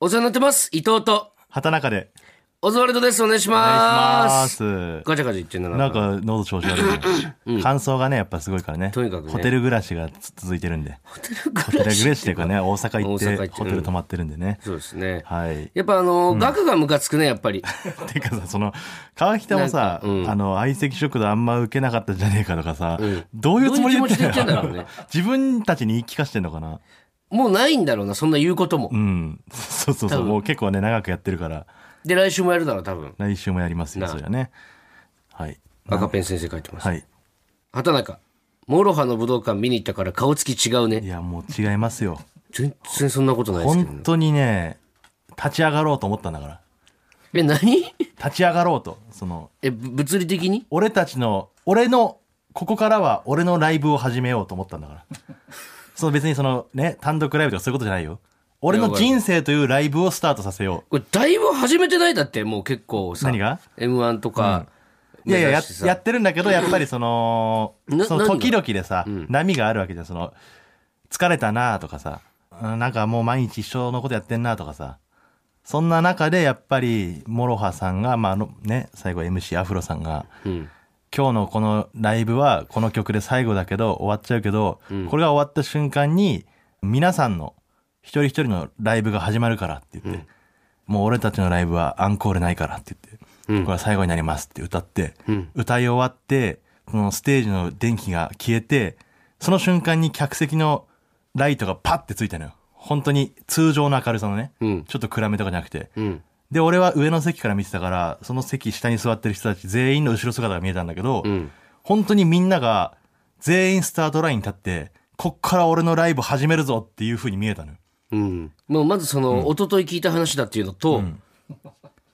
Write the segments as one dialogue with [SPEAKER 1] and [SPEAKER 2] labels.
[SPEAKER 1] お世話になってます。伊藤と、
[SPEAKER 2] 畑中で。
[SPEAKER 1] オズワルドです。お願いし
[SPEAKER 2] お願いし
[SPEAKER 1] ま。
[SPEAKER 2] ますす。
[SPEAKER 1] ガチャガチャ言ってんだな。
[SPEAKER 2] なんか喉調子悪いね。乾燥がね、やっぱすごいからね。
[SPEAKER 1] とにかくね
[SPEAKER 2] ホテル暮らしがつ続いてるんで。
[SPEAKER 1] ホテル
[SPEAKER 2] ホテ
[SPEAKER 1] 暮
[SPEAKER 2] ル
[SPEAKER 1] らし。
[SPEAKER 2] 暮らしってい うかね、大阪行っ
[SPEAKER 1] 大阪行ってて
[SPEAKER 2] ホテル泊まってるんでね。
[SPEAKER 1] そうですね。
[SPEAKER 2] はい。
[SPEAKER 1] やっぱあの、額がムカつくね、やっぱ り。
[SPEAKER 2] てかさ、その、川北もさ、あの、相席食堂あんま受けなかったんじゃねえかとかさ、どういうつもりで言って
[SPEAKER 1] どういう気持ちで言ってん
[SPEAKER 2] ん
[SPEAKER 1] だろ
[SPEAKER 2] だろ
[SPEAKER 1] う
[SPEAKER 2] う
[SPEAKER 1] ね
[SPEAKER 2] ね。自分たちに言い聞かしてんのかな。
[SPEAKER 1] もうないんだろうな、そんな言うことも
[SPEAKER 2] う。ん。そうそうそう。もう結構ね、長くやってるから、
[SPEAKER 1] で、来週もやるだろう、多分。
[SPEAKER 2] 来週もやりますよ、
[SPEAKER 1] なあ
[SPEAKER 2] そりゃね。はい。
[SPEAKER 1] 赤ペン先生書いてます。
[SPEAKER 2] はい。
[SPEAKER 1] 畑中、モロハの武道館見に行ったから顔つき違う
[SPEAKER 2] い
[SPEAKER 1] ね。
[SPEAKER 2] や、もう違いますよ。
[SPEAKER 1] 全然そんなことないですけどね
[SPEAKER 2] 本。当にね、立ち上がろうと思ったんだから。
[SPEAKER 1] え、何
[SPEAKER 2] 立ち上がろうと。その、
[SPEAKER 1] え、ぶ物理的に
[SPEAKER 2] 俺たちの、俺の、ここからは俺のライブを始めようと思ったんだから。 その別にそのね、単独ライブとかそういうことじゃないよ。俺の人生というライブをスタートさせよ
[SPEAKER 1] これ、だいぶ始めてないだって、もう結構さ。
[SPEAKER 2] 何が
[SPEAKER 1] ?M1 とか。
[SPEAKER 2] う。いやいや、や
[SPEAKER 1] 目指してさ
[SPEAKER 2] やってるんだけど、やっぱりその
[SPEAKER 1] な、
[SPEAKER 2] その
[SPEAKER 1] 何が
[SPEAKER 2] 時々でさ、波があるわけじゃん。その、疲れたなとかさ、うんなんかもう毎日一緒のことやってんなとかさ。そんな中で、やっぱり、モロハさんが、まあ、あのね、最後 MC アフロさんが、
[SPEAKER 1] うん。
[SPEAKER 2] 今日のこのライブはこの曲で最後だけど終わっちゃうけど、これが終わった瞬間に皆さんの一人一人のライブが始まるからって言って、もう俺たちのライブはアンコールないからって言って、これは最後になりますって歌って、
[SPEAKER 1] うん
[SPEAKER 2] 歌い終わって、そのステージの電気が消えて、その瞬間に客席のライトがパッてついたのよ。本当に通常の明るさのね、
[SPEAKER 1] うん
[SPEAKER 2] ちょっと暗めとかじゃなくて、
[SPEAKER 1] うん。
[SPEAKER 2] で、俺は上の席から見てたから、その席下に座ってる人たち全員の後ろ姿が見えたんだけど、
[SPEAKER 1] ん
[SPEAKER 2] 本当にみんなが全員スタートラインに立って、こっから俺のライブ始めるぞっていう風に見えたのよ。
[SPEAKER 1] うん。もうまずその、一昨日聞いた話だっていうのと、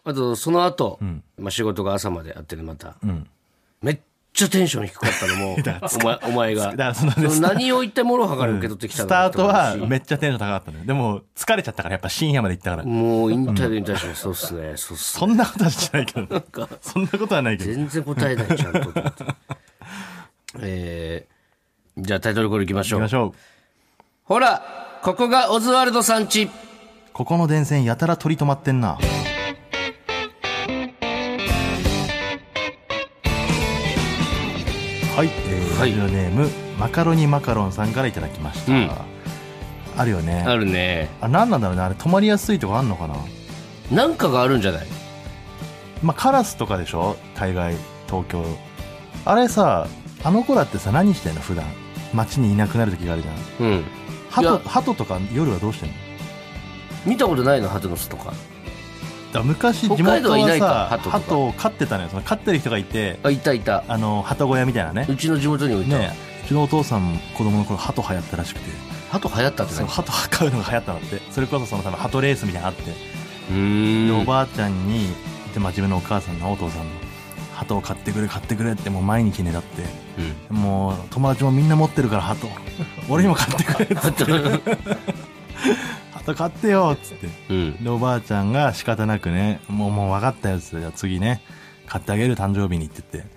[SPEAKER 1] あとその後、まあ仕事が朝まであってね、また、めっちゃテンション低かったの も、お前、お前が。
[SPEAKER 2] だからそのね
[SPEAKER 1] その何を言ってもろはから受け取ってきた
[SPEAKER 2] ス
[SPEAKER 1] のか
[SPEAKER 2] ター
[SPEAKER 1] って話
[SPEAKER 2] トはめっちゃテンション高かったのよ。でも、疲れちゃったからやっぱ深夜まで行ったから。
[SPEAKER 1] もうインタビューに対してもそうっすね、そうっすね。
[SPEAKER 2] そんなことはしてないけどね。そんなことはないけど。
[SPEAKER 1] 全然答えない、ちゃんと と思って。えー、じゃあタイトルコールいきましょ
[SPEAKER 2] 行き
[SPEAKER 1] う
[SPEAKER 2] ま。しょ
[SPEAKER 1] ほら、ここがオズワルドさんち。
[SPEAKER 2] う。ここの電線やたら取り止まってんな。はい、えー
[SPEAKER 1] はい
[SPEAKER 2] ラジオネームマカロニマカロンさんからいただきました、
[SPEAKER 1] うん
[SPEAKER 2] あるよね
[SPEAKER 1] あるね。
[SPEAKER 2] あ何なんだろうねあれ止まりやすいとかあんのかな
[SPEAKER 1] なんかがあるんじゃない
[SPEAKER 2] まあカラスとかでしょ大概東京あれさあの子らってさ何してんの普段街にいなくなる時があるじゃん
[SPEAKER 1] うん。いや
[SPEAKER 2] 鳩鳩とか夜はどうしてんの
[SPEAKER 1] 見たことないの、鳩の巣とか。
[SPEAKER 2] だ昔
[SPEAKER 1] 北
[SPEAKER 2] 地
[SPEAKER 1] 海道
[SPEAKER 2] 元
[SPEAKER 1] はいな
[SPEAKER 2] はい
[SPEAKER 1] か
[SPEAKER 2] さ
[SPEAKER 1] 鳩とか
[SPEAKER 2] 鳩を飼ってたのよその飼ってる人がいて
[SPEAKER 1] あ、いたいた。
[SPEAKER 2] あの鳩小屋みたいなね
[SPEAKER 1] うちの地元にもいた。
[SPEAKER 2] ねうちのお父さんも子供の頃鳩流行ったらしくて
[SPEAKER 1] 鳩流行ったって
[SPEAKER 2] そ
[SPEAKER 1] 何
[SPEAKER 2] の鳩飼うのが流行ったのってそれこそその多分鳩レースみたいなのあって
[SPEAKER 1] う
[SPEAKER 2] で
[SPEAKER 1] ー
[SPEAKER 2] お
[SPEAKER 1] ん。
[SPEAKER 2] ばあちゃんにで、まあ、自分のお母さんのお父さんの鳩を買ってくれ買ってくれってもう毎日ねだってもう友達もみんな持ってるか ら鳩俺にも買ってくれって
[SPEAKER 1] 鳩。
[SPEAKER 2] 鳩買ってよっつっ て
[SPEAKER 1] うん。
[SPEAKER 2] でおばあちゃんが仕方なくねもうもう分かったよっつってじゃあ次ね買ってあげる誕生日にって言って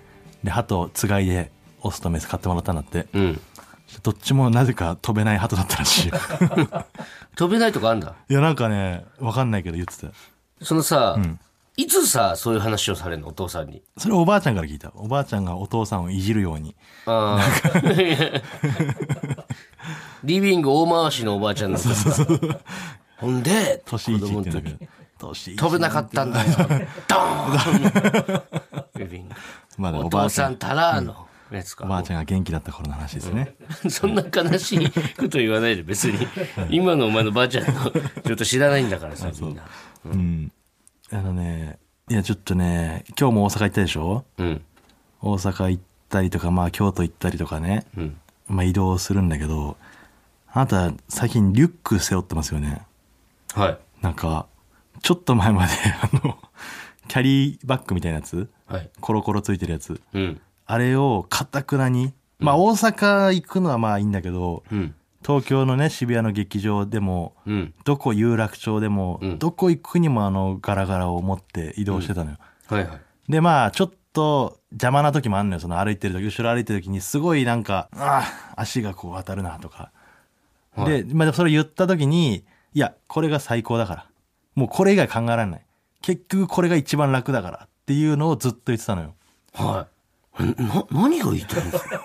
[SPEAKER 2] で鳩をつがいでオスとメス買ってもらったんだって
[SPEAKER 1] うん。
[SPEAKER 2] どっちもなぜか飛べない鳩だった らしいよ
[SPEAKER 1] 飛べないとかあんだ。
[SPEAKER 2] いやなんかね分かんないけど言ってた
[SPEAKER 1] そのさ、
[SPEAKER 2] ん
[SPEAKER 1] いつさ、そういう話をされるの、お父さんに。
[SPEAKER 2] それおばあちゃんから聞いたおばあちゃんがお父さんをいじるように
[SPEAKER 1] ああ。リビング大回しのおばあちゃんなんだほんで、子
[SPEAKER 2] 年一って言
[SPEAKER 1] 供
[SPEAKER 2] うん
[SPEAKER 1] の
[SPEAKER 2] だけ
[SPEAKER 1] 時
[SPEAKER 2] ど。年一
[SPEAKER 1] 飛べなかったんだよ。ドーンリビング
[SPEAKER 2] まだ
[SPEAKER 1] お
[SPEAKER 2] おば
[SPEAKER 1] 父
[SPEAKER 2] あちゃ
[SPEAKER 1] さん
[SPEAKER 2] ん
[SPEAKER 1] たらのやつ
[SPEAKER 2] おば
[SPEAKER 1] か
[SPEAKER 2] あ。ちゃんが元気だった頃の話ですね
[SPEAKER 1] そんな悲しいこと言わないで別に。今のお前のばあちゃんのちょっと知らないんだからさ、みんな。
[SPEAKER 2] うんあのねいやちょっとね今日も大阪行ったでしょ
[SPEAKER 1] うん。
[SPEAKER 2] 大阪行ったりとかまあ京都行ったりとかね、
[SPEAKER 1] うん。
[SPEAKER 2] まあ移動するんだけどあなた最近リュック背負ってますよね
[SPEAKER 1] はい。
[SPEAKER 2] なんかちょっと前まで あのキャリーバッグみたいなやつ
[SPEAKER 1] はい。
[SPEAKER 2] コロコロついてるやつ
[SPEAKER 1] うん。
[SPEAKER 2] あれをかたくなに、まあ大阪行くのはまあいいんだけど、
[SPEAKER 1] うん。
[SPEAKER 2] 東京のね渋谷の劇場でも
[SPEAKER 1] うん。
[SPEAKER 2] どこ有楽町でも、
[SPEAKER 1] ん
[SPEAKER 2] どこ行くにもあのガラガラを持って移動してたのよ、
[SPEAKER 1] はいはい。
[SPEAKER 2] でまあちょっと邪魔な時もあんのよその歩いてる時後ろ歩いてる時にすごいなんかああ足がこう当たるなとか、
[SPEAKER 1] はい
[SPEAKER 2] で、まあ、それ言った時にいやこれが最高だからもうこれ以外考えられない結局これが一番楽だからっていうのをずっと言ってたのよ
[SPEAKER 1] はい。えな、何が言いたいんですか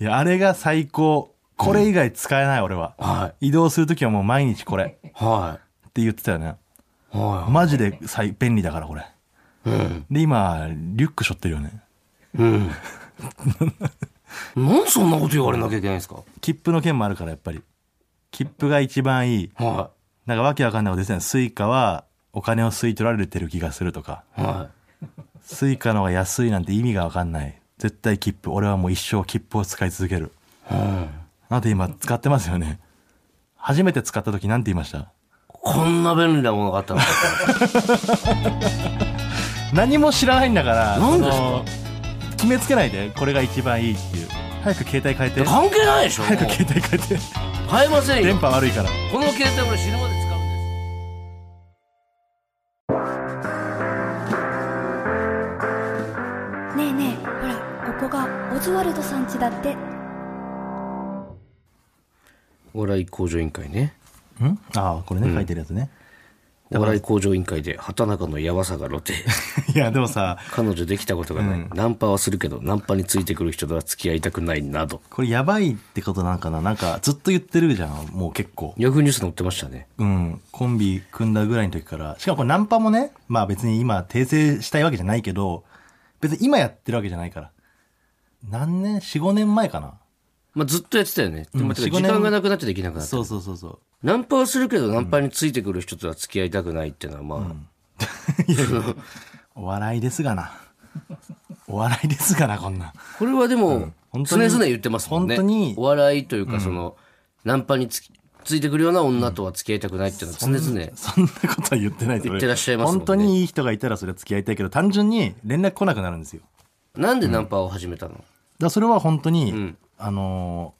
[SPEAKER 2] いやあれが最高これ以外使えない俺は、
[SPEAKER 1] は
[SPEAKER 2] 移動する時はもう毎日これ
[SPEAKER 1] い。は
[SPEAKER 2] って言ってたよね
[SPEAKER 1] い。は
[SPEAKER 2] マジで最便利だからこれ
[SPEAKER 1] い。うん。
[SPEAKER 2] で今リュック背負ってるよね
[SPEAKER 1] うん。なんでそんなこと言われなきゃいけないんですか
[SPEAKER 2] 切符の件もあるからやっぱり切符が一番いい
[SPEAKER 1] は
[SPEAKER 2] なんかわけわかんないことですねスイカはお金を吸い取られてる気がするとか
[SPEAKER 1] い。は
[SPEAKER 2] スイカの方が安いなんて意味がわかんない絶対切符俺はもう一生切符を使い続ける
[SPEAKER 1] い。うん。
[SPEAKER 2] あなた今使ってますよね初めて使った時なんて言いました
[SPEAKER 1] こんな便利なものがあったのか。
[SPEAKER 2] 何も知らないんだから
[SPEAKER 1] なんですか
[SPEAKER 2] その決めつけないでこれが一番いいっていう早く携帯変えて
[SPEAKER 1] 関係ないでしょもう
[SPEAKER 2] 早く携帯変えて
[SPEAKER 1] 買えません
[SPEAKER 2] 電
[SPEAKER 1] よ。
[SPEAKER 2] 波悪いから
[SPEAKER 1] この携帯俺死ぬまで使うんです。
[SPEAKER 3] ねえねえほらここがオズワルドさん家だって
[SPEAKER 1] お笑い向上委員会ね。
[SPEAKER 2] んああこれね書いてるやつね、
[SPEAKER 1] お笑い向上委員会で畑中のやばさが露呈。
[SPEAKER 2] いやでもさ
[SPEAKER 1] 彼女できたことがない。ナンパはするけど、ナンパについてくる人とは付き合いたくないなど。
[SPEAKER 2] これやばいってことなんかななんかずっと言ってるじゃんもう結構
[SPEAKER 1] ヤフーニュース載ってましたね。
[SPEAKER 2] うんコンビ組んだぐらいの時からしかもこれナンパもねまあ別に今訂正したいわけじゃないけど別に今やってるわけじゃないから何年45年前かな
[SPEAKER 1] まあ、ずっとやってたよね。で
[SPEAKER 2] う
[SPEAKER 1] も
[SPEAKER 2] ん
[SPEAKER 1] てか
[SPEAKER 2] 4-5
[SPEAKER 1] 時
[SPEAKER 2] 年
[SPEAKER 1] 間がなくなってできなくなった。
[SPEAKER 2] そうそうそうそう
[SPEAKER 1] ナンパはするけど、ナンパについてくる人とは付き合いたくないっていうのは、まあ、
[SPEAKER 2] お笑いですがなお笑いですがなこんなん
[SPEAKER 1] これはでも、
[SPEAKER 2] 本
[SPEAKER 1] 常
[SPEAKER 2] 当に
[SPEAKER 1] 々言ってますもんね。
[SPEAKER 2] 本当に
[SPEAKER 1] お笑いというか、その、ナンパにつきついてくるような女とは付き合いたくないっていうのは常々。
[SPEAKER 2] そんなことは言ってないです
[SPEAKER 1] 言ってらっしゃいますもんね
[SPEAKER 2] 本当にいい人がいたらそれは付き合いたいけど単純に連絡来なくなるんですよだか
[SPEAKER 1] なんでナンパを始めたの、
[SPEAKER 2] らそれは本当に、
[SPEAKER 1] ん
[SPEAKER 2] あの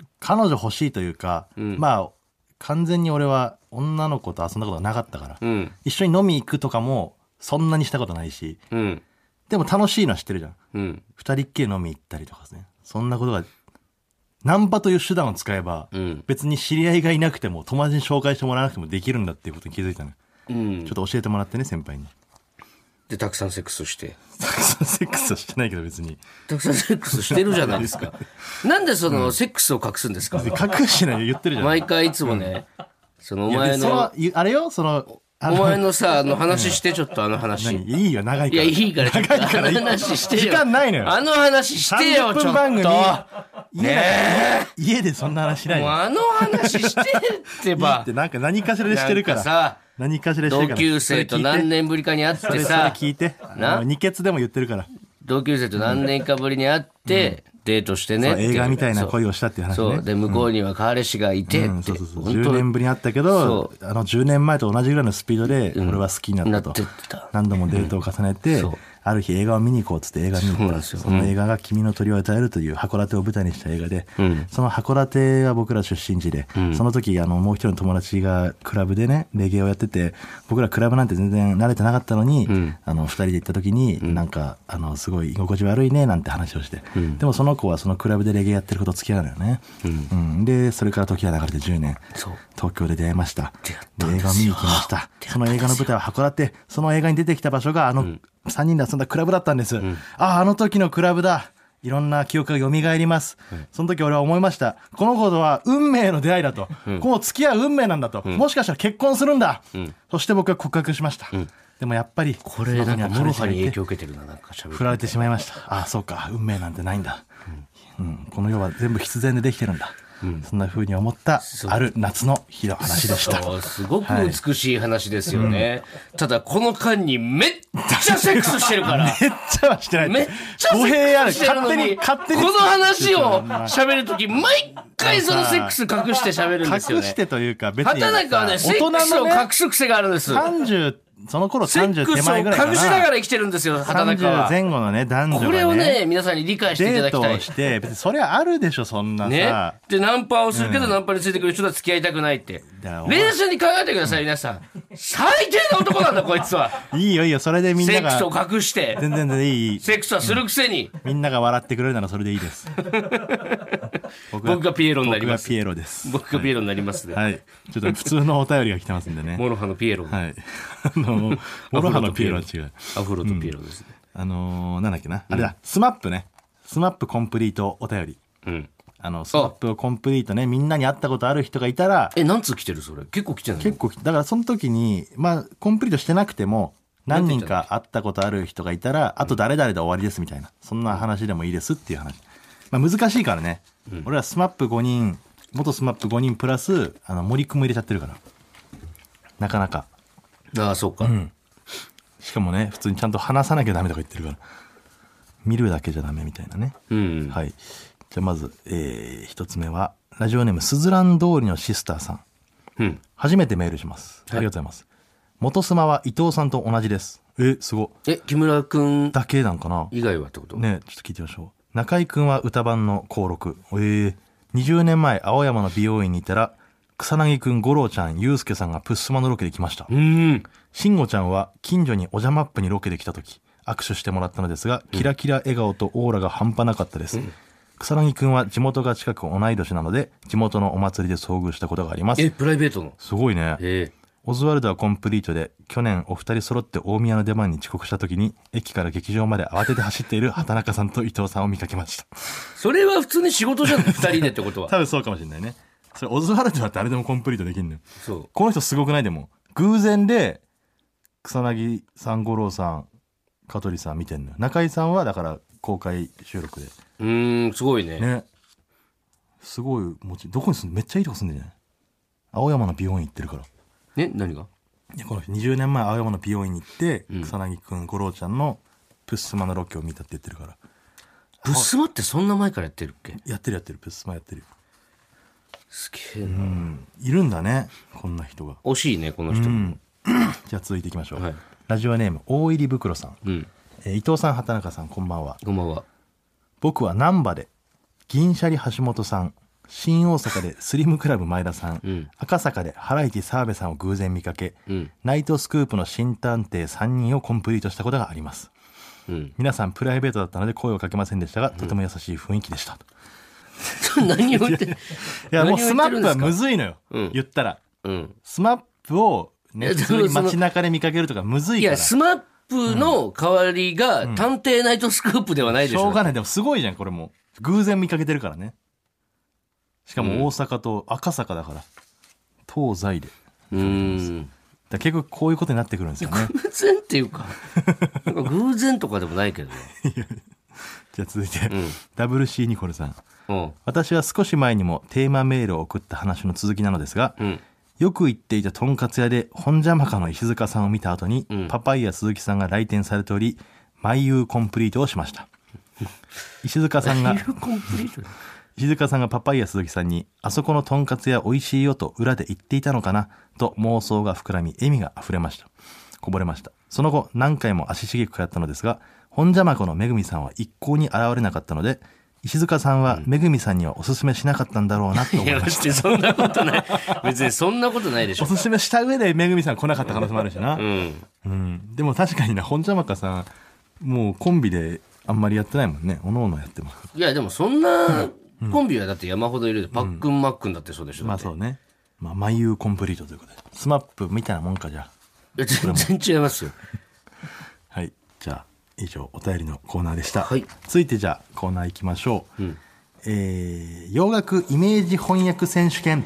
[SPEAKER 2] ー彼女欲しいというか、まあ完全に俺は女の子と遊んだことがなかったから、
[SPEAKER 1] うん、
[SPEAKER 2] 一緒に飲み行くとかもそんなにしたことないし
[SPEAKER 1] うん、
[SPEAKER 2] でも楽しいのは知ってるじゃん
[SPEAKER 1] うん、
[SPEAKER 2] 二人っきり飲み行ったりとかですねそんなことがナンパという手段を使えば、
[SPEAKER 1] うん
[SPEAKER 2] 別に知り合いがいなくても友達に紹介してもらわなくてもできるんだっていうことに気づいたの、
[SPEAKER 1] うん
[SPEAKER 2] ちょっ。と教えてもらってね先輩に
[SPEAKER 1] で、たくさんセックスして。
[SPEAKER 2] たくさんセックスはしてないけど別に
[SPEAKER 1] たくさんセックスしてるじゃないです か。なんでその、セックスを隠すんですか
[SPEAKER 2] 隠してないよ言ってるじゃん
[SPEAKER 1] 毎回いつもね、そのお
[SPEAKER 2] いや
[SPEAKER 1] 前
[SPEAKER 2] でそ
[SPEAKER 1] の
[SPEAKER 2] の、いあれよそのあ
[SPEAKER 1] お前のさ、あの話して、ちょっとあの話。
[SPEAKER 2] 何
[SPEAKER 1] い
[SPEAKER 2] いいよ長いか
[SPEAKER 1] や、
[SPEAKER 2] ら
[SPEAKER 1] いいから、ちょっとあ
[SPEAKER 2] 長いからいい
[SPEAKER 1] の話してよ。
[SPEAKER 2] 時間ないのよ
[SPEAKER 1] あの話してよ、
[SPEAKER 2] 30
[SPEAKER 1] ちょっと。
[SPEAKER 2] 分番
[SPEAKER 1] も
[SPEAKER 2] 組
[SPEAKER 1] う
[SPEAKER 2] 家,、家でそんな話しないの
[SPEAKER 1] あの話してって
[SPEAKER 2] いい
[SPEAKER 1] ば
[SPEAKER 2] って。なんか何かしらでしてるから
[SPEAKER 1] なんさ、
[SPEAKER 2] 何かしらでしてるか
[SPEAKER 1] 同
[SPEAKER 2] ら
[SPEAKER 1] 級生と何年ぶりかに会っ
[SPEAKER 2] そ
[SPEAKER 1] て
[SPEAKER 2] れそれ
[SPEAKER 1] さ、
[SPEAKER 2] 聞いて
[SPEAKER 1] な
[SPEAKER 2] あの二血でも言ってるから
[SPEAKER 1] 同級生と何年かぶりに会って、デートしてねっていう。
[SPEAKER 2] 映画みたいな
[SPEAKER 1] を
[SPEAKER 2] 恋をしたっていう話
[SPEAKER 1] そう。
[SPEAKER 2] ね
[SPEAKER 1] そうで、向こうには彼氏がいて
[SPEAKER 2] うん
[SPEAKER 1] って。
[SPEAKER 2] そうそうそう
[SPEAKER 1] 本当
[SPEAKER 2] 10年ぶりに会ったけど
[SPEAKER 1] そ
[SPEAKER 2] あの10年前と同じぐらいのスピードで俺は好きになったと、
[SPEAKER 1] なってった
[SPEAKER 2] 何度もデートを重ねて、
[SPEAKER 1] そう
[SPEAKER 2] ある日映画を見に行こうっつって映画見に
[SPEAKER 1] そ
[SPEAKER 2] 行
[SPEAKER 1] うなん
[SPEAKER 2] った
[SPEAKER 1] です
[SPEAKER 2] そ,、
[SPEAKER 1] よ
[SPEAKER 2] の映画が「君の鳥を与える」という函館を舞台にした映画で、
[SPEAKER 1] ん
[SPEAKER 2] その函館は僕ら出身地で、その時あのもう一人の友達がクラブでねレゲエをやってて僕らクラブなんて全然慣れてなかったのに、あの2人で行った時に、なんかあのすごい居心地悪いねなんて話をして、でもその子はそのクラブでレゲエやってること付き合うのよね、うんでそれから時は流れて10年
[SPEAKER 1] そう
[SPEAKER 2] 東京で出会いました
[SPEAKER 1] 出会っ
[SPEAKER 2] で
[SPEAKER 1] たん
[SPEAKER 2] 映
[SPEAKER 1] ですよ
[SPEAKER 2] 画見に行きましたその映画の舞台は函館その映画に出てきた場所があの3人で遊んだクラブだったんです、あああの時のクラブだいろんな記憶が蘇ります、その時俺は思いましたこの子とは運命の出会いだと、こう付き合う運命なんだと、もしかしたら結婚するんだ、そして僕は告白しました、でもやっぱり
[SPEAKER 1] これ、なんか、
[SPEAKER 2] そ
[SPEAKER 1] モ
[SPEAKER 2] の
[SPEAKER 1] ロ
[SPEAKER 2] 子
[SPEAKER 1] ハ
[SPEAKER 2] には彼氏がい
[SPEAKER 1] に
[SPEAKER 2] て
[SPEAKER 1] 影響受けてるな、なんか喋
[SPEAKER 2] 振
[SPEAKER 1] る。
[SPEAKER 2] られてしまいましたああそうか運命なんてないんだ、うんこの世は全部必然でできてるんだ、そんな風に思ったある夏の日の話でした
[SPEAKER 1] そうすごく美しい話ですよね。ただ、この間にめっちゃセックスしてる から。
[SPEAKER 2] めっちゃはしてないって
[SPEAKER 1] めっちゃセ
[SPEAKER 2] 語弊
[SPEAKER 1] ッ
[SPEAKER 2] あ
[SPEAKER 1] ク
[SPEAKER 2] る
[SPEAKER 1] スしてる
[SPEAKER 2] 勝
[SPEAKER 1] の
[SPEAKER 2] 手
[SPEAKER 1] に、
[SPEAKER 2] に
[SPEAKER 1] こ
[SPEAKER 2] 勝手に
[SPEAKER 1] の話を喋るとき、毎回そのセックス隠して喋るんですよ
[SPEAKER 2] 隠
[SPEAKER 1] ね
[SPEAKER 2] し。てというか別に
[SPEAKER 1] 畑中はね、セックスを隠す癖があるんです。
[SPEAKER 2] 30その頃
[SPEAKER 1] セッ
[SPEAKER 2] 30
[SPEAKER 1] ク
[SPEAKER 2] 手
[SPEAKER 1] スを
[SPEAKER 2] 前ぐらいかな
[SPEAKER 1] 隠しながら生きてるんですよ、畑中
[SPEAKER 2] 30
[SPEAKER 1] は。
[SPEAKER 2] 前後のね男
[SPEAKER 1] こ
[SPEAKER 2] 女
[SPEAKER 1] れを
[SPEAKER 2] が
[SPEAKER 1] ね、
[SPEAKER 2] ね
[SPEAKER 1] 皆さんに理解していた
[SPEAKER 2] デ
[SPEAKER 1] だ
[SPEAKER 2] ー
[SPEAKER 1] き
[SPEAKER 2] ト
[SPEAKER 1] た
[SPEAKER 2] を
[SPEAKER 1] い。
[SPEAKER 2] して別にそれはあるでしょそんな
[SPEAKER 1] ね
[SPEAKER 2] さ、。
[SPEAKER 1] で、ナンパをするけど、ナンパについてくる人とは付き合いたくないって
[SPEAKER 2] だから。
[SPEAKER 1] 冷静に考えてください、皆さん。最低な男 なんだ、こいつは。
[SPEAKER 2] いいよいいよそれでみん
[SPEAKER 1] セ
[SPEAKER 2] な
[SPEAKER 1] ックス
[SPEAKER 2] が
[SPEAKER 1] を隠して、
[SPEAKER 2] 全然全然いいいい
[SPEAKER 1] セックスはするくせに。
[SPEAKER 2] みんなが笑ってくれるならそれでいいです僕
[SPEAKER 1] 僕がピエロになります
[SPEAKER 2] 僕がピエロです。
[SPEAKER 1] 僕がピエロになりますね。
[SPEAKER 2] はい。ちょっと普通のお便りが来てますんでね。
[SPEAKER 1] モロハのピエロ。
[SPEAKER 2] はい。 あの、モロハのピエロは違う。
[SPEAKER 1] アフロとピエロですね。
[SPEAKER 2] あのーなんだっけな。あれだ、スマップね。スマップコンプリートお便り。
[SPEAKER 1] うん。
[SPEAKER 2] あの、スマップをコンプリートね、みんなに会ったことある人がいたら、
[SPEAKER 1] え、何通来てるそれ結構来てない
[SPEAKER 2] 結構、だからその時に、まあ、コンプリートしてなくても、何人か会ったことある人がいたら、あと誰々で終わりですみたいな。そんな話でもいいですっていう話。まあ、難しいからね。俺らスマップ5人、元スマップ5人プラス、あの、森くんも入れちゃってるから。なかなか。
[SPEAKER 1] ああ、そうか。
[SPEAKER 2] しかもね、普通にちゃんと話さなきゃダメとか言ってるから。見るだけじゃダメみたいなね。
[SPEAKER 1] うん。
[SPEAKER 2] はい。じゃあまず、えー一つ目は、ラジオネーム、すずらん通りのシスターさん。
[SPEAKER 1] うん。
[SPEAKER 2] 初めてメールします。あ
[SPEAKER 1] はい
[SPEAKER 2] りがとうございます。元スマは伊藤さんと同じです。え、すご。
[SPEAKER 1] え、木村くん
[SPEAKER 2] だけなんかな
[SPEAKER 1] 以外はってこと
[SPEAKER 2] ねちょっと聞いてみましょう。中井くんは歌版の高録。えー、20年前、青山の美容院にいたら、草薙くん、五郎ちゃん、ゆうすけさんがプッスマのロケで来ました
[SPEAKER 1] う。ーん。
[SPEAKER 2] 慎吾ちゃんは近所におじゃマップにロケで来た時握手してもらったのですがキラキラ笑顔とオーラが半端なかったです、草薙くんは地元が近く同い年なので地元のお祭りで遭遇したことがあります
[SPEAKER 1] え、プライベートの
[SPEAKER 2] すごいね
[SPEAKER 1] え
[SPEAKER 2] オズワルドはコンプリートで去年お二人揃って大宮の出番に遅刻した時に駅から劇場まで慌てて走っている畑中さんと伊藤さんを見かけました
[SPEAKER 1] えそれは普通に仕事じゃん、二人でってことは。
[SPEAKER 2] 多分そうかもしれないねそれオズワルドは誰でもコンプリートできんのよ
[SPEAKER 1] そう。
[SPEAKER 2] この人すごくないでも偶然で草薙さん五郎さん香取さん見てんのよ中井さんはだから公開収録で
[SPEAKER 1] うーん、すごいね。
[SPEAKER 2] ねすごい持ちどこに住んでめっちゃいいとこ住んでるじゃない青山の美容院行ってるから
[SPEAKER 1] ね、何が
[SPEAKER 2] いやこの人20年前青山の美容院に行って、草薙くん五郎ちゃんのプッスマのロケを見たって言ってるから
[SPEAKER 1] ブスマってそんな前からやってるっけ
[SPEAKER 2] やってるやってるプッスマやってるよ
[SPEAKER 1] すげえな。
[SPEAKER 2] うんいるんだねこんな人が
[SPEAKER 1] 惜しいね、この人。
[SPEAKER 2] じゃあ続いていきましょう、
[SPEAKER 1] はい
[SPEAKER 2] ラジオネーム大入り袋さん、
[SPEAKER 1] うん。
[SPEAKER 2] えー伊藤さん畑中さんこんばんは
[SPEAKER 1] こんばんは。
[SPEAKER 2] 僕は難波で銀シャリ橋本さん新大阪でスリムクラブ前田さん、
[SPEAKER 1] ん
[SPEAKER 2] 赤坂でハライチ澤部さんを偶然見かけ、
[SPEAKER 1] うん
[SPEAKER 2] ナイトスクープの新探偵3人をコンプリートしたことがあります
[SPEAKER 1] うん。
[SPEAKER 2] 皆さんプライベートだったので声をかけませんでしたがとても優しい雰囲気でした、
[SPEAKER 1] 何を言って。
[SPEAKER 2] いや
[SPEAKER 1] 何
[SPEAKER 2] もう
[SPEAKER 1] を
[SPEAKER 2] ス
[SPEAKER 1] 言っ
[SPEAKER 2] マ
[SPEAKER 1] て
[SPEAKER 2] ッ
[SPEAKER 1] るん
[SPEAKER 2] プ
[SPEAKER 1] ですか
[SPEAKER 2] はむずいのよ、
[SPEAKER 1] うん
[SPEAKER 2] 言ったら
[SPEAKER 1] うん。
[SPEAKER 2] スマップを
[SPEAKER 1] い
[SPEAKER 2] ね
[SPEAKER 1] や
[SPEAKER 2] 普通
[SPEAKER 1] でも
[SPEAKER 2] に
[SPEAKER 1] その
[SPEAKER 2] 街中で見かけるとかむずい
[SPEAKER 1] い
[SPEAKER 2] から
[SPEAKER 1] や、スマップの代わりが、探偵ナイトスクープではないで
[SPEAKER 2] し
[SPEAKER 1] しょ。
[SPEAKER 2] ょうがないでもすごいじゃんこれもう偶然見かけてるからねしかも大阪と赤坂だから東西で
[SPEAKER 1] うーん。
[SPEAKER 2] だから結局こういうことになってくるんですよね
[SPEAKER 1] 偶然っていう か、なんか偶然とかでもないけどね。
[SPEAKER 2] じゃあ続いて、WC ニコルさん
[SPEAKER 1] うん。
[SPEAKER 2] 私は少し前にもテーマメールを送った話の続きなのですが、
[SPEAKER 1] うん。
[SPEAKER 2] よく行っていたとんかつ屋で本邪魔かの石塚さんを見た後に、
[SPEAKER 1] ん
[SPEAKER 2] パパイヤ鈴木さんが来店されており毎夕コンプリートをしました石塚さんが
[SPEAKER 1] ヒルコンプリートだ
[SPEAKER 2] 石塚さんがパパイヤ鈴木さんに、あそこのとんかつ屋美味しいよと裏で言っていたのかな、と妄想が膨らみ、笑みが溢れました。こぼれました。その後、何回も足しげく通ったのですが、本邪魔子のめぐみさんは一向に現れなかったので、石塚さんはめぐみさんにはおすすめしなかったんだろうなと思
[SPEAKER 1] い
[SPEAKER 2] い
[SPEAKER 1] や、
[SPEAKER 2] ま
[SPEAKER 1] 別
[SPEAKER 2] した。
[SPEAKER 1] にそんなことない。別にそんなことないでし
[SPEAKER 2] お
[SPEAKER 1] ょ。
[SPEAKER 2] すすめした上でめぐみさん来なかった可能性もあるしな
[SPEAKER 1] う。ん。
[SPEAKER 2] うん。でも確かにな、本邪魔子さん、もうコンビであんまりやってないもんね。おのおのやってます。
[SPEAKER 1] いや、でもそんなコンビはだって山ほどいるで、パックンマックンだってそうでしょ。
[SPEAKER 2] まあそうね。まあ、毎夕コンプリートということで。スマップみたいなもんかじゃあ。
[SPEAKER 1] う。全然違いますよ。
[SPEAKER 2] はい。じゃあ、以上、お便りのコーナーでした。
[SPEAKER 1] はい
[SPEAKER 2] 続いて、じゃあ、コーナー行きましょう。えー洋楽イメージ翻訳選手権。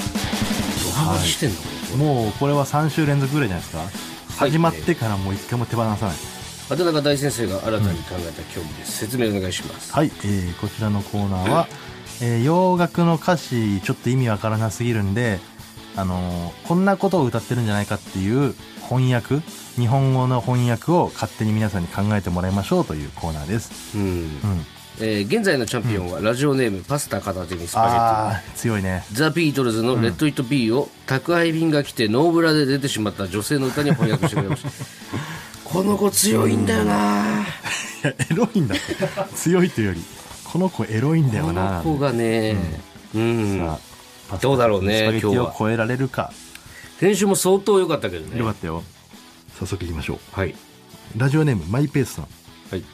[SPEAKER 1] お話してんの
[SPEAKER 2] もう、これは3週連続ぐらいじゃないですか。
[SPEAKER 1] はい
[SPEAKER 2] 始まってからもう一回も手放さない。
[SPEAKER 1] 畑中大先生が新たに考えた競技です。説明お願いします。
[SPEAKER 2] はい。えーこちらのコーナーは、えー洋楽の歌詞、ちょっと意味わからなすぎるんで、あのーこんなことを歌ってるんじゃないかっていう翻訳、日本語の翻訳を勝手に皆さんに考えてもらいましょうというコーナーです。
[SPEAKER 1] うん
[SPEAKER 2] うん。
[SPEAKER 1] えー現在のチャンピオンはラジオネームパスタ片手にスパゲッティ
[SPEAKER 2] あー、強いね。
[SPEAKER 1] ザ・ビートルズの「レッド・イット・ビー」を宅配便が来てノーブラで出てしまった女性の歌に翻訳してくれま したこの子強いんだよない
[SPEAKER 2] やエロいんだって強いというよりこの子エロいんだよ
[SPEAKER 1] この
[SPEAKER 2] な
[SPEAKER 1] 子がねうん、
[SPEAKER 2] さあパスタ
[SPEAKER 1] どうだろうね
[SPEAKER 2] スパゲッテ
[SPEAKER 1] 今
[SPEAKER 2] ィ
[SPEAKER 1] 日
[SPEAKER 2] を
[SPEAKER 1] は
[SPEAKER 2] 超えられるか
[SPEAKER 1] 編集も相当良かったけどね
[SPEAKER 2] よかったよ早速いきましょう
[SPEAKER 1] はい
[SPEAKER 2] ラジオネームマイペースさん
[SPEAKER 1] はい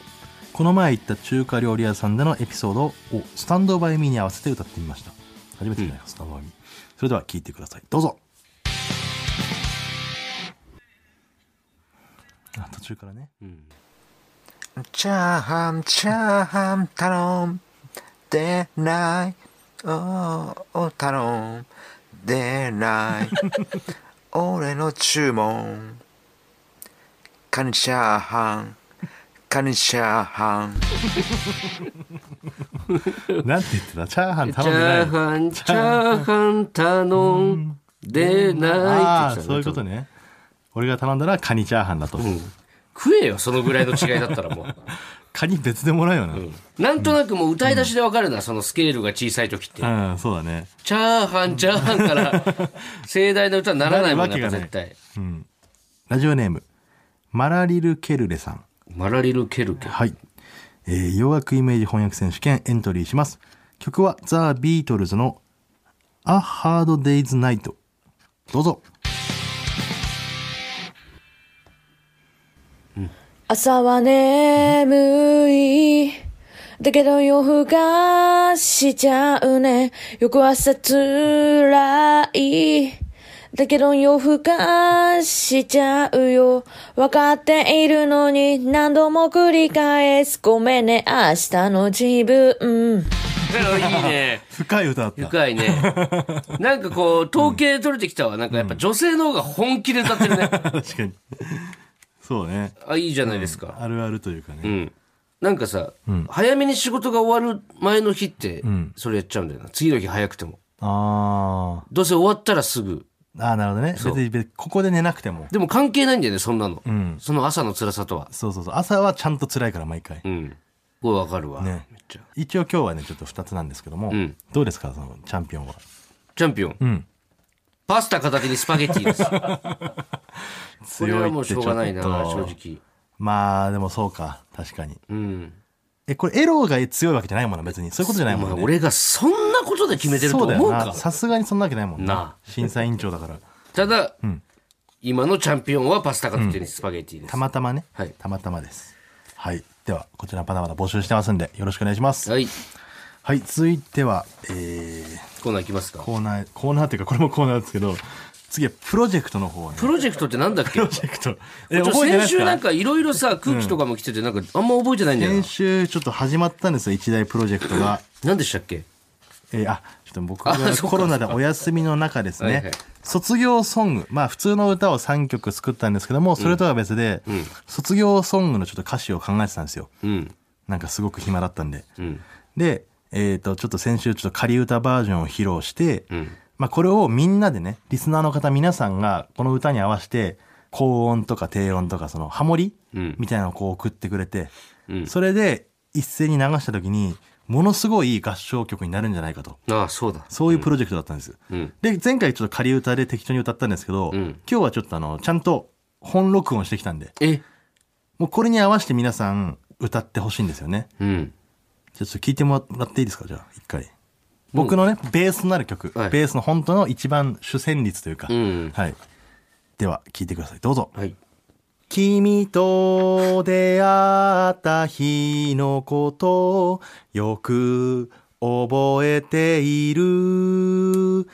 [SPEAKER 2] この前行った中華料理屋さんでのエピソードをスタンドバイミーに合わせて歌ってみました初めてじゃないか、スタンドバイミーそれでは聞いてくださいどうぞあ途中からね
[SPEAKER 4] チャーハン、チャーハン、頼んでない。おー、頼んでない。俺の注文。カニチャーハン、カニチャーハン。
[SPEAKER 2] なんて言ってたチャーハン
[SPEAKER 1] チ
[SPEAKER 2] 頼んでない
[SPEAKER 1] ャーハン、チャーハン頼んでない
[SPEAKER 2] あ
[SPEAKER 1] って
[SPEAKER 2] あ
[SPEAKER 1] 言ってたね
[SPEAKER 2] そういうことね俺が頼んだらカニチャーハンだと、
[SPEAKER 1] 食えよ、そのぐらいの違いだったらもう。
[SPEAKER 2] カニ別でもらうよな、
[SPEAKER 1] なんとなくもう歌い出しでわかるな、そのスケールが小さい時って。
[SPEAKER 2] うん、そうだね。
[SPEAKER 1] チャーハン、チャーハン から、盛大な歌にならないもんな
[SPEAKER 2] なる
[SPEAKER 1] んか
[SPEAKER 2] わけがない
[SPEAKER 1] 絶対。
[SPEAKER 2] ラジオネーム、マラリル・ケルレさん。
[SPEAKER 1] マラリル・ケルケ。
[SPEAKER 2] はい。えー洋楽イメージ翻訳選手権エントリーします。曲はザ・ビートルズの A Hard Day's Night。どうぞ。
[SPEAKER 5] 朝は眠い。だけど夜更かしちゃうね。翌朝辛い。だけど夜更かしちゃうよ。わかっているのに何度も繰り返す。ごめんね、明日の自分。
[SPEAKER 1] いい ね。
[SPEAKER 2] 深い歌だった。
[SPEAKER 1] 深いね。なんかこう、統計取れてきたわ。なんかやっぱ女性の方が本気で歌ってるね。
[SPEAKER 2] 確かに。そうね。
[SPEAKER 1] あ、いいじゃないですか。
[SPEAKER 2] あるあるというかね。
[SPEAKER 1] うん。なんかさ、早めに仕事が終わる前の日って、それやっちゃうんだよな。次の日早くても。
[SPEAKER 2] あ
[SPEAKER 1] どうせ終わったらすぐ。
[SPEAKER 2] ーあー、なるほどね。別に別にここで寝なくても。
[SPEAKER 1] でも関係ないんだよね、そんなの。その朝の辛さとは。
[SPEAKER 2] そうそうそう。朝はちゃんと辛いから、毎回。
[SPEAKER 1] うん。すごいわかるわ。
[SPEAKER 2] ね
[SPEAKER 1] めっちゃ。
[SPEAKER 2] 一応今日はね、ちょっと2つなんですけども。
[SPEAKER 1] ん
[SPEAKER 2] どうですか、そのチャンピオンは。
[SPEAKER 1] チャンピオン。
[SPEAKER 2] ん
[SPEAKER 1] パスタ片手にスパゲティ です。これはもうしょうがないな、
[SPEAKER 2] 強い
[SPEAKER 1] 正
[SPEAKER 2] ってちょっと
[SPEAKER 1] 直。
[SPEAKER 2] まあでもそうか確かに
[SPEAKER 1] うん。
[SPEAKER 2] えこれエロが強いわけじゃないもんな別にそういうことじゃないもん
[SPEAKER 1] ま
[SPEAKER 2] ね
[SPEAKER 1] あ、俺がそんなことで決めてると
[SPEAKER 2] そうだ
[SPEAKER 1] 思う
[SPEAKER 2] よ
[SPEAKER 1] か
[SPEAKER 2] な。さすがにそんなわけないもん
[SPEAKER 1] な
[SPEAKER 2] 審査委員長だから
[SPEAKER 1] ただ、今のチャンピオンはパスタ片手にスパゲティです。
[SPEAKER 2] たまたまね、
[SPEAKER 1] はい
[SPEAKER 2] たまたまですはいではこちらまだまだ募集してますんでよろしくお願いしますはい、
[SPEAKER 1] はい。
[SPEAKER 2] 続いてはえー
[SPEAKER 1] コーナーいきますか。
[SPEAKER 2] コーナーコーナーっていうかこれもコーナーですけど次はプロジェクトの方ね
[SPEAKER 1] プロジェクトってなんだ っけ
[SPEAKER 2] プロジェクト
[SPEAKER 1] ち
[SPEAKER 2] え
[SPEAKER 1] ょ
[SPEAKER 2] 覚えてないで
[SPEAKER 1] 先
[SPEAKER 2] す
[SPEAKER 1] 週
[SPEAKER 2] か
[SPEAKER 1] なんかいろいろさ、空気とかも来てて、なんかあんま覚えてないんだよ
[SPEAKER 2] 先
[SPEAKER 1] な。
[SPEAKER 2] 週ちょっと始まったんですよ一大プロジェクトが
[SPEAKER 1] 何でしたっけ
[SPEAKER 2] えーあちょっと僕
[SPEAKER 1] あそう
[SPEAKER 2] が
[SPEAKER 1] かそうか
[SPEAKER 2] コロナでお休みの中ですね
[SPEAKER 1] はいはい
[SPEAKER 2] 卒業ソングまあ普通の歌を3曲作ったんですけどもそれとは別で、卒業ソングのちょっと歌詞を考えてたんですよ
[SPEAKER 1] うん。
[SPEAKER 2] なんかすごく暇だったんで、
[SPEAKER 1] ん
[SPEAKER 2] で、えー、とちょっと先週ちょっと仮歌バージョンを披露して、まあ、これをみんなでねリスナーの方皆さんがこの歌に合わせて高音とか低音とかそのハモリ、
[SPEAKER 1] うん
[SPEAKER 2] みたいなのをこう送ってくれて、
[SPEAKER 1] ん
[SPEAKER 2] それで一斉に流した時にものすごいいい合唱曲になるんじゃないかと。
[SPEAKER 1] ああ、そうだ。
[SPEAKER 2] そういうプロジェクトだったんです。
[SPEAKER 1] うん
[SPEAKER 2] で、前回ちょっと仮歌で適当に歌ったんですけど、
[SPEAKER 1] ん
[SPEAKER 2] 今日はちょっとあの、ちゃんと本録音してきたんで、
[SPEAKER 1] え
[SPEAKER 2] もうこれに合わせて皆さん歌ってほしいんですよね。
[SPEAKER 1] うん。
[SPEAKER 2] じゃあちょっと聞いてもらっていいですかじゃあ、一回。僕のね、ベースになる曲、
[SPEAKER 1] はい
[SPEAKER 2] ベースの本当の一番主旋律というか、
[SPEAKER 1] ん
[SPEAKER 2] はい。では、聞いてください。どうぞ。
[SPEAKER 1] はい。
[SPEAKER 2] 君と出会った日のことよく覚えている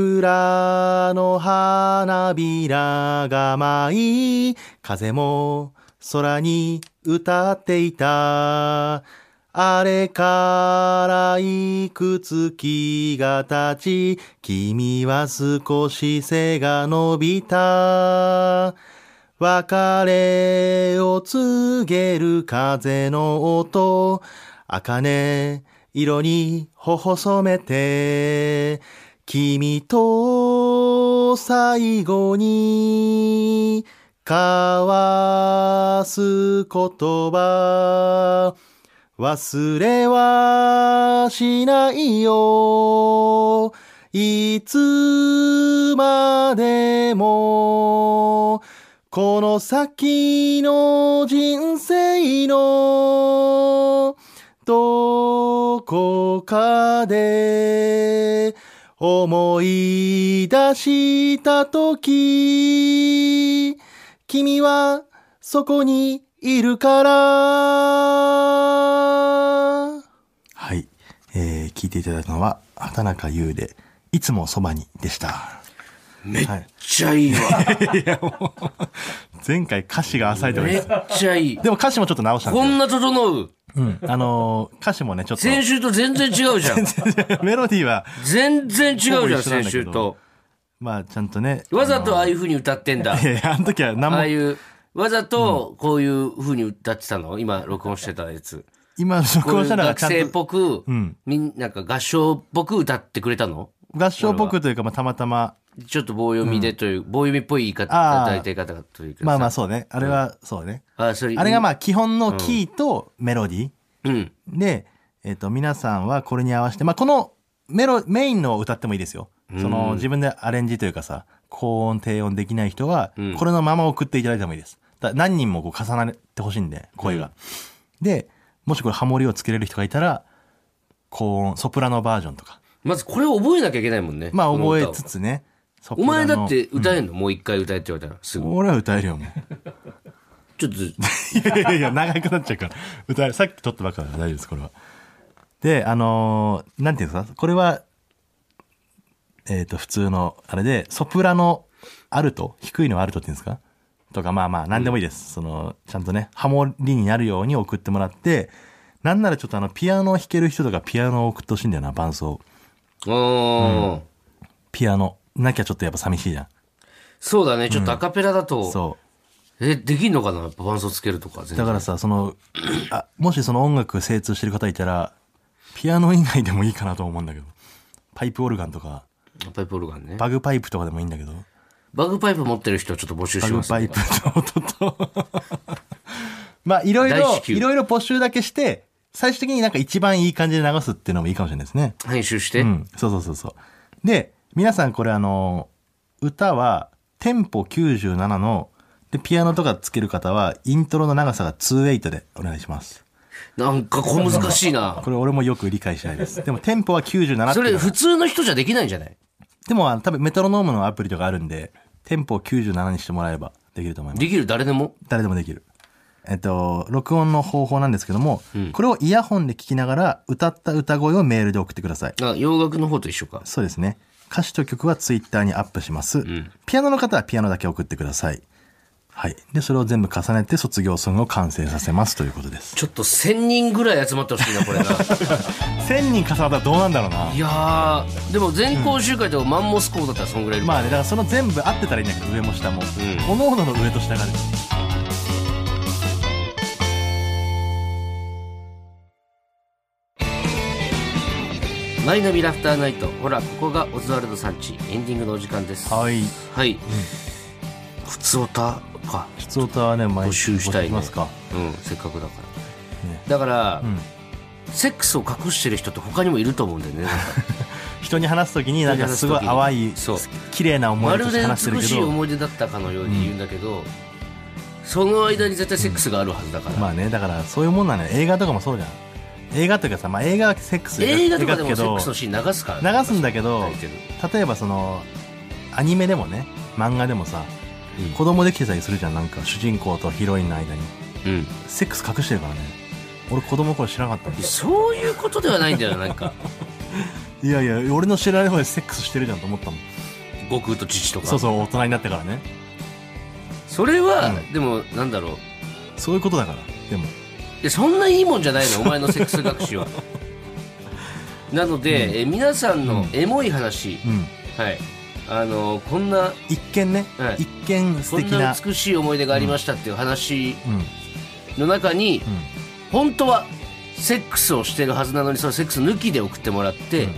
[SPEAKER 2] 桜の花びらが舞い風も空に歌っていたあれからいくつ月が経ち君は少し背が伸びた別れを告げる風の音、茜色に微細めて、君と最後に交わす言葉、忘れはしないよ。いつまでも、この先の人生の、どこかで、思い出したとき、君はそこにいるから。はい。えー、聞いていただいたのは、畑中優で、いつもそばにでした。
[SPEAKER 1] めっちゃい いわ。
[SPEAKER 2] 前回歌詞が浅いとか
[SPEAKER 1] め
[SPEAKER 2] で
[SPEAKER 1] っ
[SPEAKER 2] す。
[SPEAKER 1] ちゃいい。
[SPEAKER 2] でも歌詞もちょっと直したんで
[SPEAKER 1] こ
[SPEAKER 2] すよ
[SPEAKER 1] んな整う。
[SPEAKER 2] うん。あのー歌詞もね、ちょっと。
[SPEAKER 1] 先週と全然違うじゃん。
[SPEAKER 2] メロディーは、
[SPEAKER 1] 全然違うじ
[SPEAKER 2] ほぼ
[SPEAKER 1] ゃん、
[SPEAKER 2] 一緒なん
[SPEAKER 1] 先
[SPEAKER 2] だけ
[SPEAKER 1] 週
[SPEAKER 2] ど
[SPEAKER 1] と。
[SPEAKER 2] まあ、ちゃんとね。
[SPEAKER 1] わざとああいう風に歌ってんだ。
[SPEAKER 2] いやいや、あの時は何
[SPEAKER 1] ああ
[SPEAKER 2] も、
[SPEAKER 1] いう、わざとこういう風に歌ってたの今、録音してたやつ。
[SPEAKER 2] 今、そ
[SPEAKER 1] こう
[SPEAKER 2] こを
[SPEAKER 1] い
[SPEAKER 2] し
[SPEAKER 1] う
[SPEAKER 2] たら
[SPEAKER 1] 学
[SPEAKER 2] ちゃ
[SPEAKER 1] 生っ
[SPEAKER 2] んと、
[SPEAKER 1] ぽく、
[SPEAKER 2] ん
[SPEAKER 1] みんなが合唱っぽく歌ってくれたの
[SPEAKER 2] 合唱っぽくというか、まあ、たまたま、
[SPEAKER 1] ちょっと棒読みでという、棒読みっぽい言い方、
[SPEAKER 2] あー
[SPEAKER 1] 歌いたい方がというかさ
[SPEAKER 2] まあまあ、そうね。あれは、そうね。
[SPEAKER 1] あそれ
[SPEAKER 2] あれがまあ、基本のキーとメロディー。
[SPEAKER 1] うん。
[SPEAKER 2] で、えっ、と、皆さんはこれに合わせて、まあ、このメロ、メインのを歌ってもいいですよ。その、自分でアレンジというかさ、高音、低音できない人は、これのまま送っていただいてもいいです。だ何人もこう重なってほしいんで、声が。で、もしこれハモリをつけれる人がいたら、高音、ソプラノバージョンとか。
[SPEAKER 1] まずこれを覚えなきゃいけないもんね。
[SPEAKER 2] まあ、
[SPEAKER 1] この
[SPEAKER 2] 覚
[SPEAKER 1] 歌
[SPEAKER 2] え
[SPEAKER 1] を
[SPEAKER 2] つつね。ソプ
[SPEAKER 1] お
[SPEAKER 2] ラ
[SPEAKER 1] 前
[SPEAKER 2] ノ
[SPEAKER 1] だっ、て歌えんの、もう一回歌えって言われたら、すぐ。
[SPEAKER 2] 俺は歌えるよ、もう。
[SPEAKER 1] ちょっと、
[SPEAKER 2] いやいやいや、長くなっちゃうから。歌える。さっき撮ったばっかだから大丈夫です、これは。で、あのーなんていうんですかこれは、えっ、と、普通の、あれで、ソプラノ、アルト、低いのはアルトって言うんですかとか、まあまあ、なんでもいいです。その、ちゃんとね、ハモリになるように送ってもらって、なんならちょっとあの、ピアノを弾ける人とかピアノを送ってほしいんだよな、伴奏。
[SPEAKER 1] うん、
[SPEAKER 2] ピアノ。なきゃちょっとやっぱ寂しいじゃん。
[SPEAKER 1] そうだね、ちょっとアカペラだと、
[SPEAKER 2] そう。
[SPEAKER 1] え、できんのかなやっぱ伴奏つけるとか、全然
[SPEAKER 2] だからさ、その、あ、もしその音楽精通してる方いたら、ピアノ以外でもいいかなと思うんだけど。パイプオルガンとか、
[SPEAKER 1] パイプオルガンね。
[SPEAKER 2] バグパイプとかでもいいんだけど、
[SPEAKER 1] バグパイプ持ってる人はちょっと募集
[SPEAKER 2] バ
[SPEAKER 1] し
[SPEAKER 2] グ
[SPEAKER 1] ます、
[SPEAKER 2] パイプの音と、 まあ、いろい
[SPEAKER 1] 大
[SPEAKER 2] ろ
[SPEAKER 1] 至、急
[SPEAKER 2] いろいろ募集だけして、最終的になんか一番いい感じで流すっていうのもいいかもしれないですね。
[SPEAKER 1] 編集して、
[SPEAKER 2] うん、そうそうそうそう。で、皆さんこれあの、歌はテンポ97の、で、ピアノとかつける方は、イントロの長さが2-8でお願いします。
[SPEAKER 1] なんか小難しいな。
[SPEAKER 2] これ俺もよく理解しないです。でもテンポは97って
[SPEAKER 1] そ
[SPEAKER 2] いう
[SPEAKER 1] れ
[SPEAKER 2] のが
[SPEAKER 1] 普通の人じゃできないんじゃない
[SPEAKER 2] でもあの多分メトロノームのアプリとかあるんで、テンポを97にしてもらえばできると思います。
[SPEAKER 1] できる誰でも
[SPEAKER 2] 誰でもできる。えっと、録音の方法なんですけども、これをイヤホンで聞きながら歌った歌声をメールで送ってください。
[SPEAKER 1] あ洋楽の方と一緒か。
[SPEAKER 2] そうですね。歌詞と曲はツイッターにアップします。ピアノの方はピアノだけ送ってください。はい。で、それを全部重ねて卒業ソングを完成させますということです。
[SPEAKER 1] ちょっと1000人ぐらい集まってほしいな、これ な。。
[SPEAKER 2] 1000人重なったらどうなんだろうない
[SPEAKER 1] やー、でも全校集会とかマンモス校だったらそんぐらいいる
[SPEAKER 2] まあね、だからその全部合ってたらいいんだけど、上も下も。
[SPEAKER 1] ん
[SPEAKER 2] おのおのの上と下がある。
[SPEAKER 1] マイナビラフターナイト。ほら、ここがオズワルドさんち。エンディングのお時間です。い。
[SPEAKER 2] はい。
[SPEAKER 1] はい。普通歌か。
[SPEAKER 2] 質音はね、毎
[SPEAKER 1] 募集したいね
[SPEAKER 2] 募集ますか。
[SPEAKER 1] うん、せっかくだから。
[SPEAKER 2] ね
[SPEAKER 1] だから、
[SPEAKER 2] ん
[SPEAKER 1] セックスを隠してる人って他にもいると思うんだよ ね。なんか
[SPEAKER 2] 人に話すときに、なんかすごい
[SPEAKER 1] 人に話
[SPEAKER 2] 淡い
[SPEAKER 1] す時にそう、
[SPEAKER 2] 綺麗な思
[SPEAKER 1] ま
[SPEAKER 2] い出
[SPEAKER 1] る
[SPEAKER 2] として
[SPEAKER 1] で
[SPEAKER 2] 話してる
[SPEAKER 1] 美
[SPEAKER 2] け
[SPEAKER 1] しい
[SPEAKER 2] ど。
[SPEAKER 1] 思い出だったかのように言うんだけど、その間に絶対セックスがあるはずだから、
[SPEAKER 2] まあね、だからそういうもんなのよ。映画とかもそうじゃん。映画というかさ、まあ映画はセックス
[SPEAKER 1] 映画とかでも
[SPEAKER 2] 描く
[SPEAKER 1] セッ
[SPEAKER 2] けど
[SPEAKER 1] クスのシーン流すからね、
[SPEAKER 2] 流すんだけど
[SPEAKER 1] 大抵の、
[SPEAKER 2] 例えばその、アニメでもね、漫画でもさ、
[SPEAKER 1] うん
[SPEAKER 2] 子供できてたりするじゃん。なんか主人公とヒロインの間に。
[SPEAKER 1] うん、
[SPEAKER 2] セックス隠してるからね。俺子供の頃知らなかったんです
[SPEAKER 1] そういうことではないんだよなん か
[SPEAKER 2] いやいや、俺の知らない方でセックスしてるじゃんと思ったもん。
[SPEAKER 1] 悟空と父とか
[SPEAKER 2] そうそう、大人になってからね。
[SPEAKER 1] それは、
[SPEAKER 2] う
[SPEAKER 1] でもなんだろう
[SPEAKER 2] そういうことだから。でも。
[SPEAKER 1] いやそんないいもんじゃないのお前のセックス学 習はなので、え皆さんのエモい話、
[SPEAKER 2] うん。
[SPEAKER 1] はいあのこんな
[SPEAKER 2] 一見ね、
[SPEAKER 1] はい
[SPEAKER 2] 一見素
[SPEAKER 1] こん
[SPEAKER 2] 敵
[SPEAKER 1] な
[SPEAKER 2] な
[SPEAKER 1] 美しい思い出がありましたっていう話
[SPEAKER 2] うんうん
[SPEAKER 1] の中に、本当はセックスをしてるはずなのにそのセックス抜きで送ってもらって、
[SPEAKER 2] うん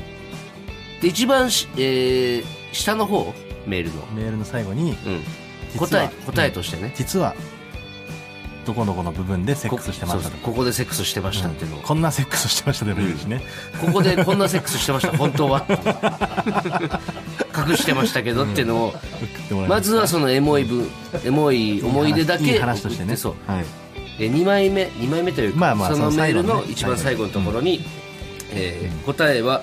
[SPEAKER 1] で一番し、えー下の方メールの、
[SPEAKER 2] メールの最後に
[SPEAKER 1] うん、
[SPEAKER 2] 実
[SPEAKER 1] 答え
[SPEAKER 2] は
[SPEAKER 1] 答えとしてね、
[SPEAKER 2] 実はどこのこの部分でセッ
[SPEAKER 1] こ
[SPEAKER 2] クスしてました
[SPEAKER 1] そうそ
[SPEAKER 2] と
[SPEAKER 1] う
[SPEAKER 2] か
[SPEAKER 1] ここでセックスしてましたっていうのを、
[SPEAKER 2] こんなセックスしてましたでもいいしね、
[SPEAKER 1] ここでこんなセックスしてました本当は隠してましたけどっていうのを、
[SPEAKER 2] 送ってもらえ
[SPEAKER 1] ま
[SPEAKER 2] ます
[SPEAKER 1] ずはそのエモい部エモい思い出だけ
[SPEAKER 2] いい話として
[SPEAKER 1] 送っ
[SPEAKER 2] ね
[SPEAKER 1] そう
[SPEAKER 2] はい、
[SPEAKER 1] で2枚目二枚目というか、
[SPEAKER 2] まあまあ
[SPEAKER 1] その
[SPEAKER 2] その
[SPEAKER 1] メー
[SPEAKER 2] 最後
[SPEAKER 1] ル
[SPEAKER 2] のね
[SPEAKER 1] の一番最後のところに、えー答えは、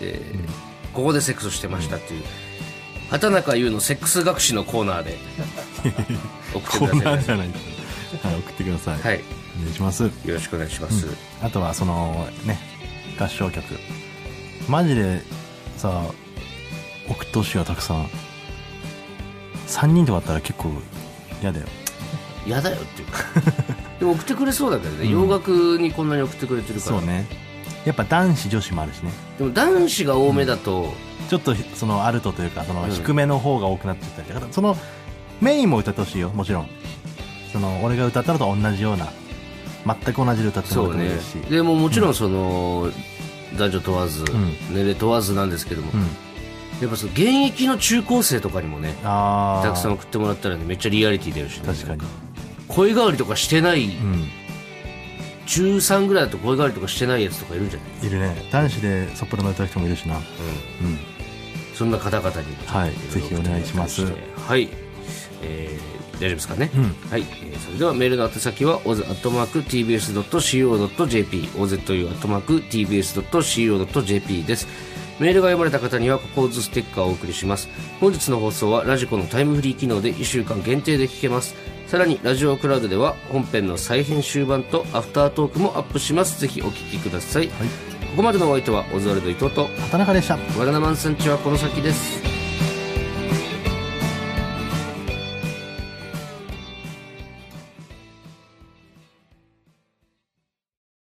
[SPEAKER 1] えーここでセックスしてました」っていう畑中優のセックス学士のコーナーで送って
[SPEAKER 2] こ
[SPEAKER 1] く
[SPEAKER 2] ん
[SPEAKER 1] だ
[SPEAKER 2] な
[SPEAKER 1] さ
[SPEAKER 2] ん
[SPEAKER 1] い
[SPEAKER 2] じゃないはい、送ってください、
[SPEAKER 1] はい
[SPEAKER 2] お願いします
[SPEAKER 1] よろしくお願いします、
[SPEAKER 2] あとはそのね合唱曲マジでさ送ってほしいわたくさん3人とかだったら結構嫌だよ
[SPEAKER 1] 嫌だよっていうかでも送ってくれそうだけどね、洋楽にこんなに送ってくれてるから
[SPEAKER 2] そうねやっぱ男子女子もあるしね
[SPEAKER 1] でも男子が多めだと、
[SPEAKER 2] ちょっとそのアルトというかその
[SPEAKER 1] うん
[SPEAKER 2] 低めの方が多くなってったりとか、そのメインも歌ってほしいよもちろんその俺が歌ったのと同じような全く同じで歌って
[SPEAKER 1] そ
[SPEAKER 2] も
[SPEAKER 1] う
[SPEAKER 2] らってもい
[SPEAKER 1] ね
[SPEAKER 2] いし
[SPEAKER 1] でももちろんその、男女問わず、
[SPEAKER 2] ん
[SPEAKER 1] 年齢問わずなんですけども、
[SPEAKER 2] うん
[SPEAKER 1] やっぱその現役の中高生とかにもね
[SPEAKER 2] ああ
[SPEAKER 1] たくさん送ってもらったらねめっちゃリアリティ出るし、ね、
[SPEAKER 2] 確かに
[SPEAKER 1] 声変わりとかしてない、
[SPEAKER 2] うん
[SPEAKER 1] 中3ぐらいだと声変わりとかしてないやつとかいるんじゃない、
[SPEAKER 2] いるね男子でソプラノ歌う人もいるしなうん
[SPEAKER 1] うん、そんな方々にもちょっと
[SPEAKER 2] はい
[SPEAKER 1] ろろ
[SPEAKER 2] ぜひお願いします
[SPEAKER 1] 送ってもらったりしてはい、えー大丈夫ですかね、
[SPEAKER 2] うん
[SPEAKER 1] はい、えーそれではメールの宛先は oz.tbs.co.jp ozu.tbs.co.jp ですメールが読まれた方にはここをズステッカーをお送りします本日の放送はラジコのタイムフリー機能で1週間限定で聞けますさらにラジオクラウドでは本編の再編集版とアフタートークもアップしますぜひお聞きください、ここまでのお相手はオズワルド伊藤と
[SPEAKER 2] 畑中でした
[SPEAKER 1] ワガナマンさんちはこの先です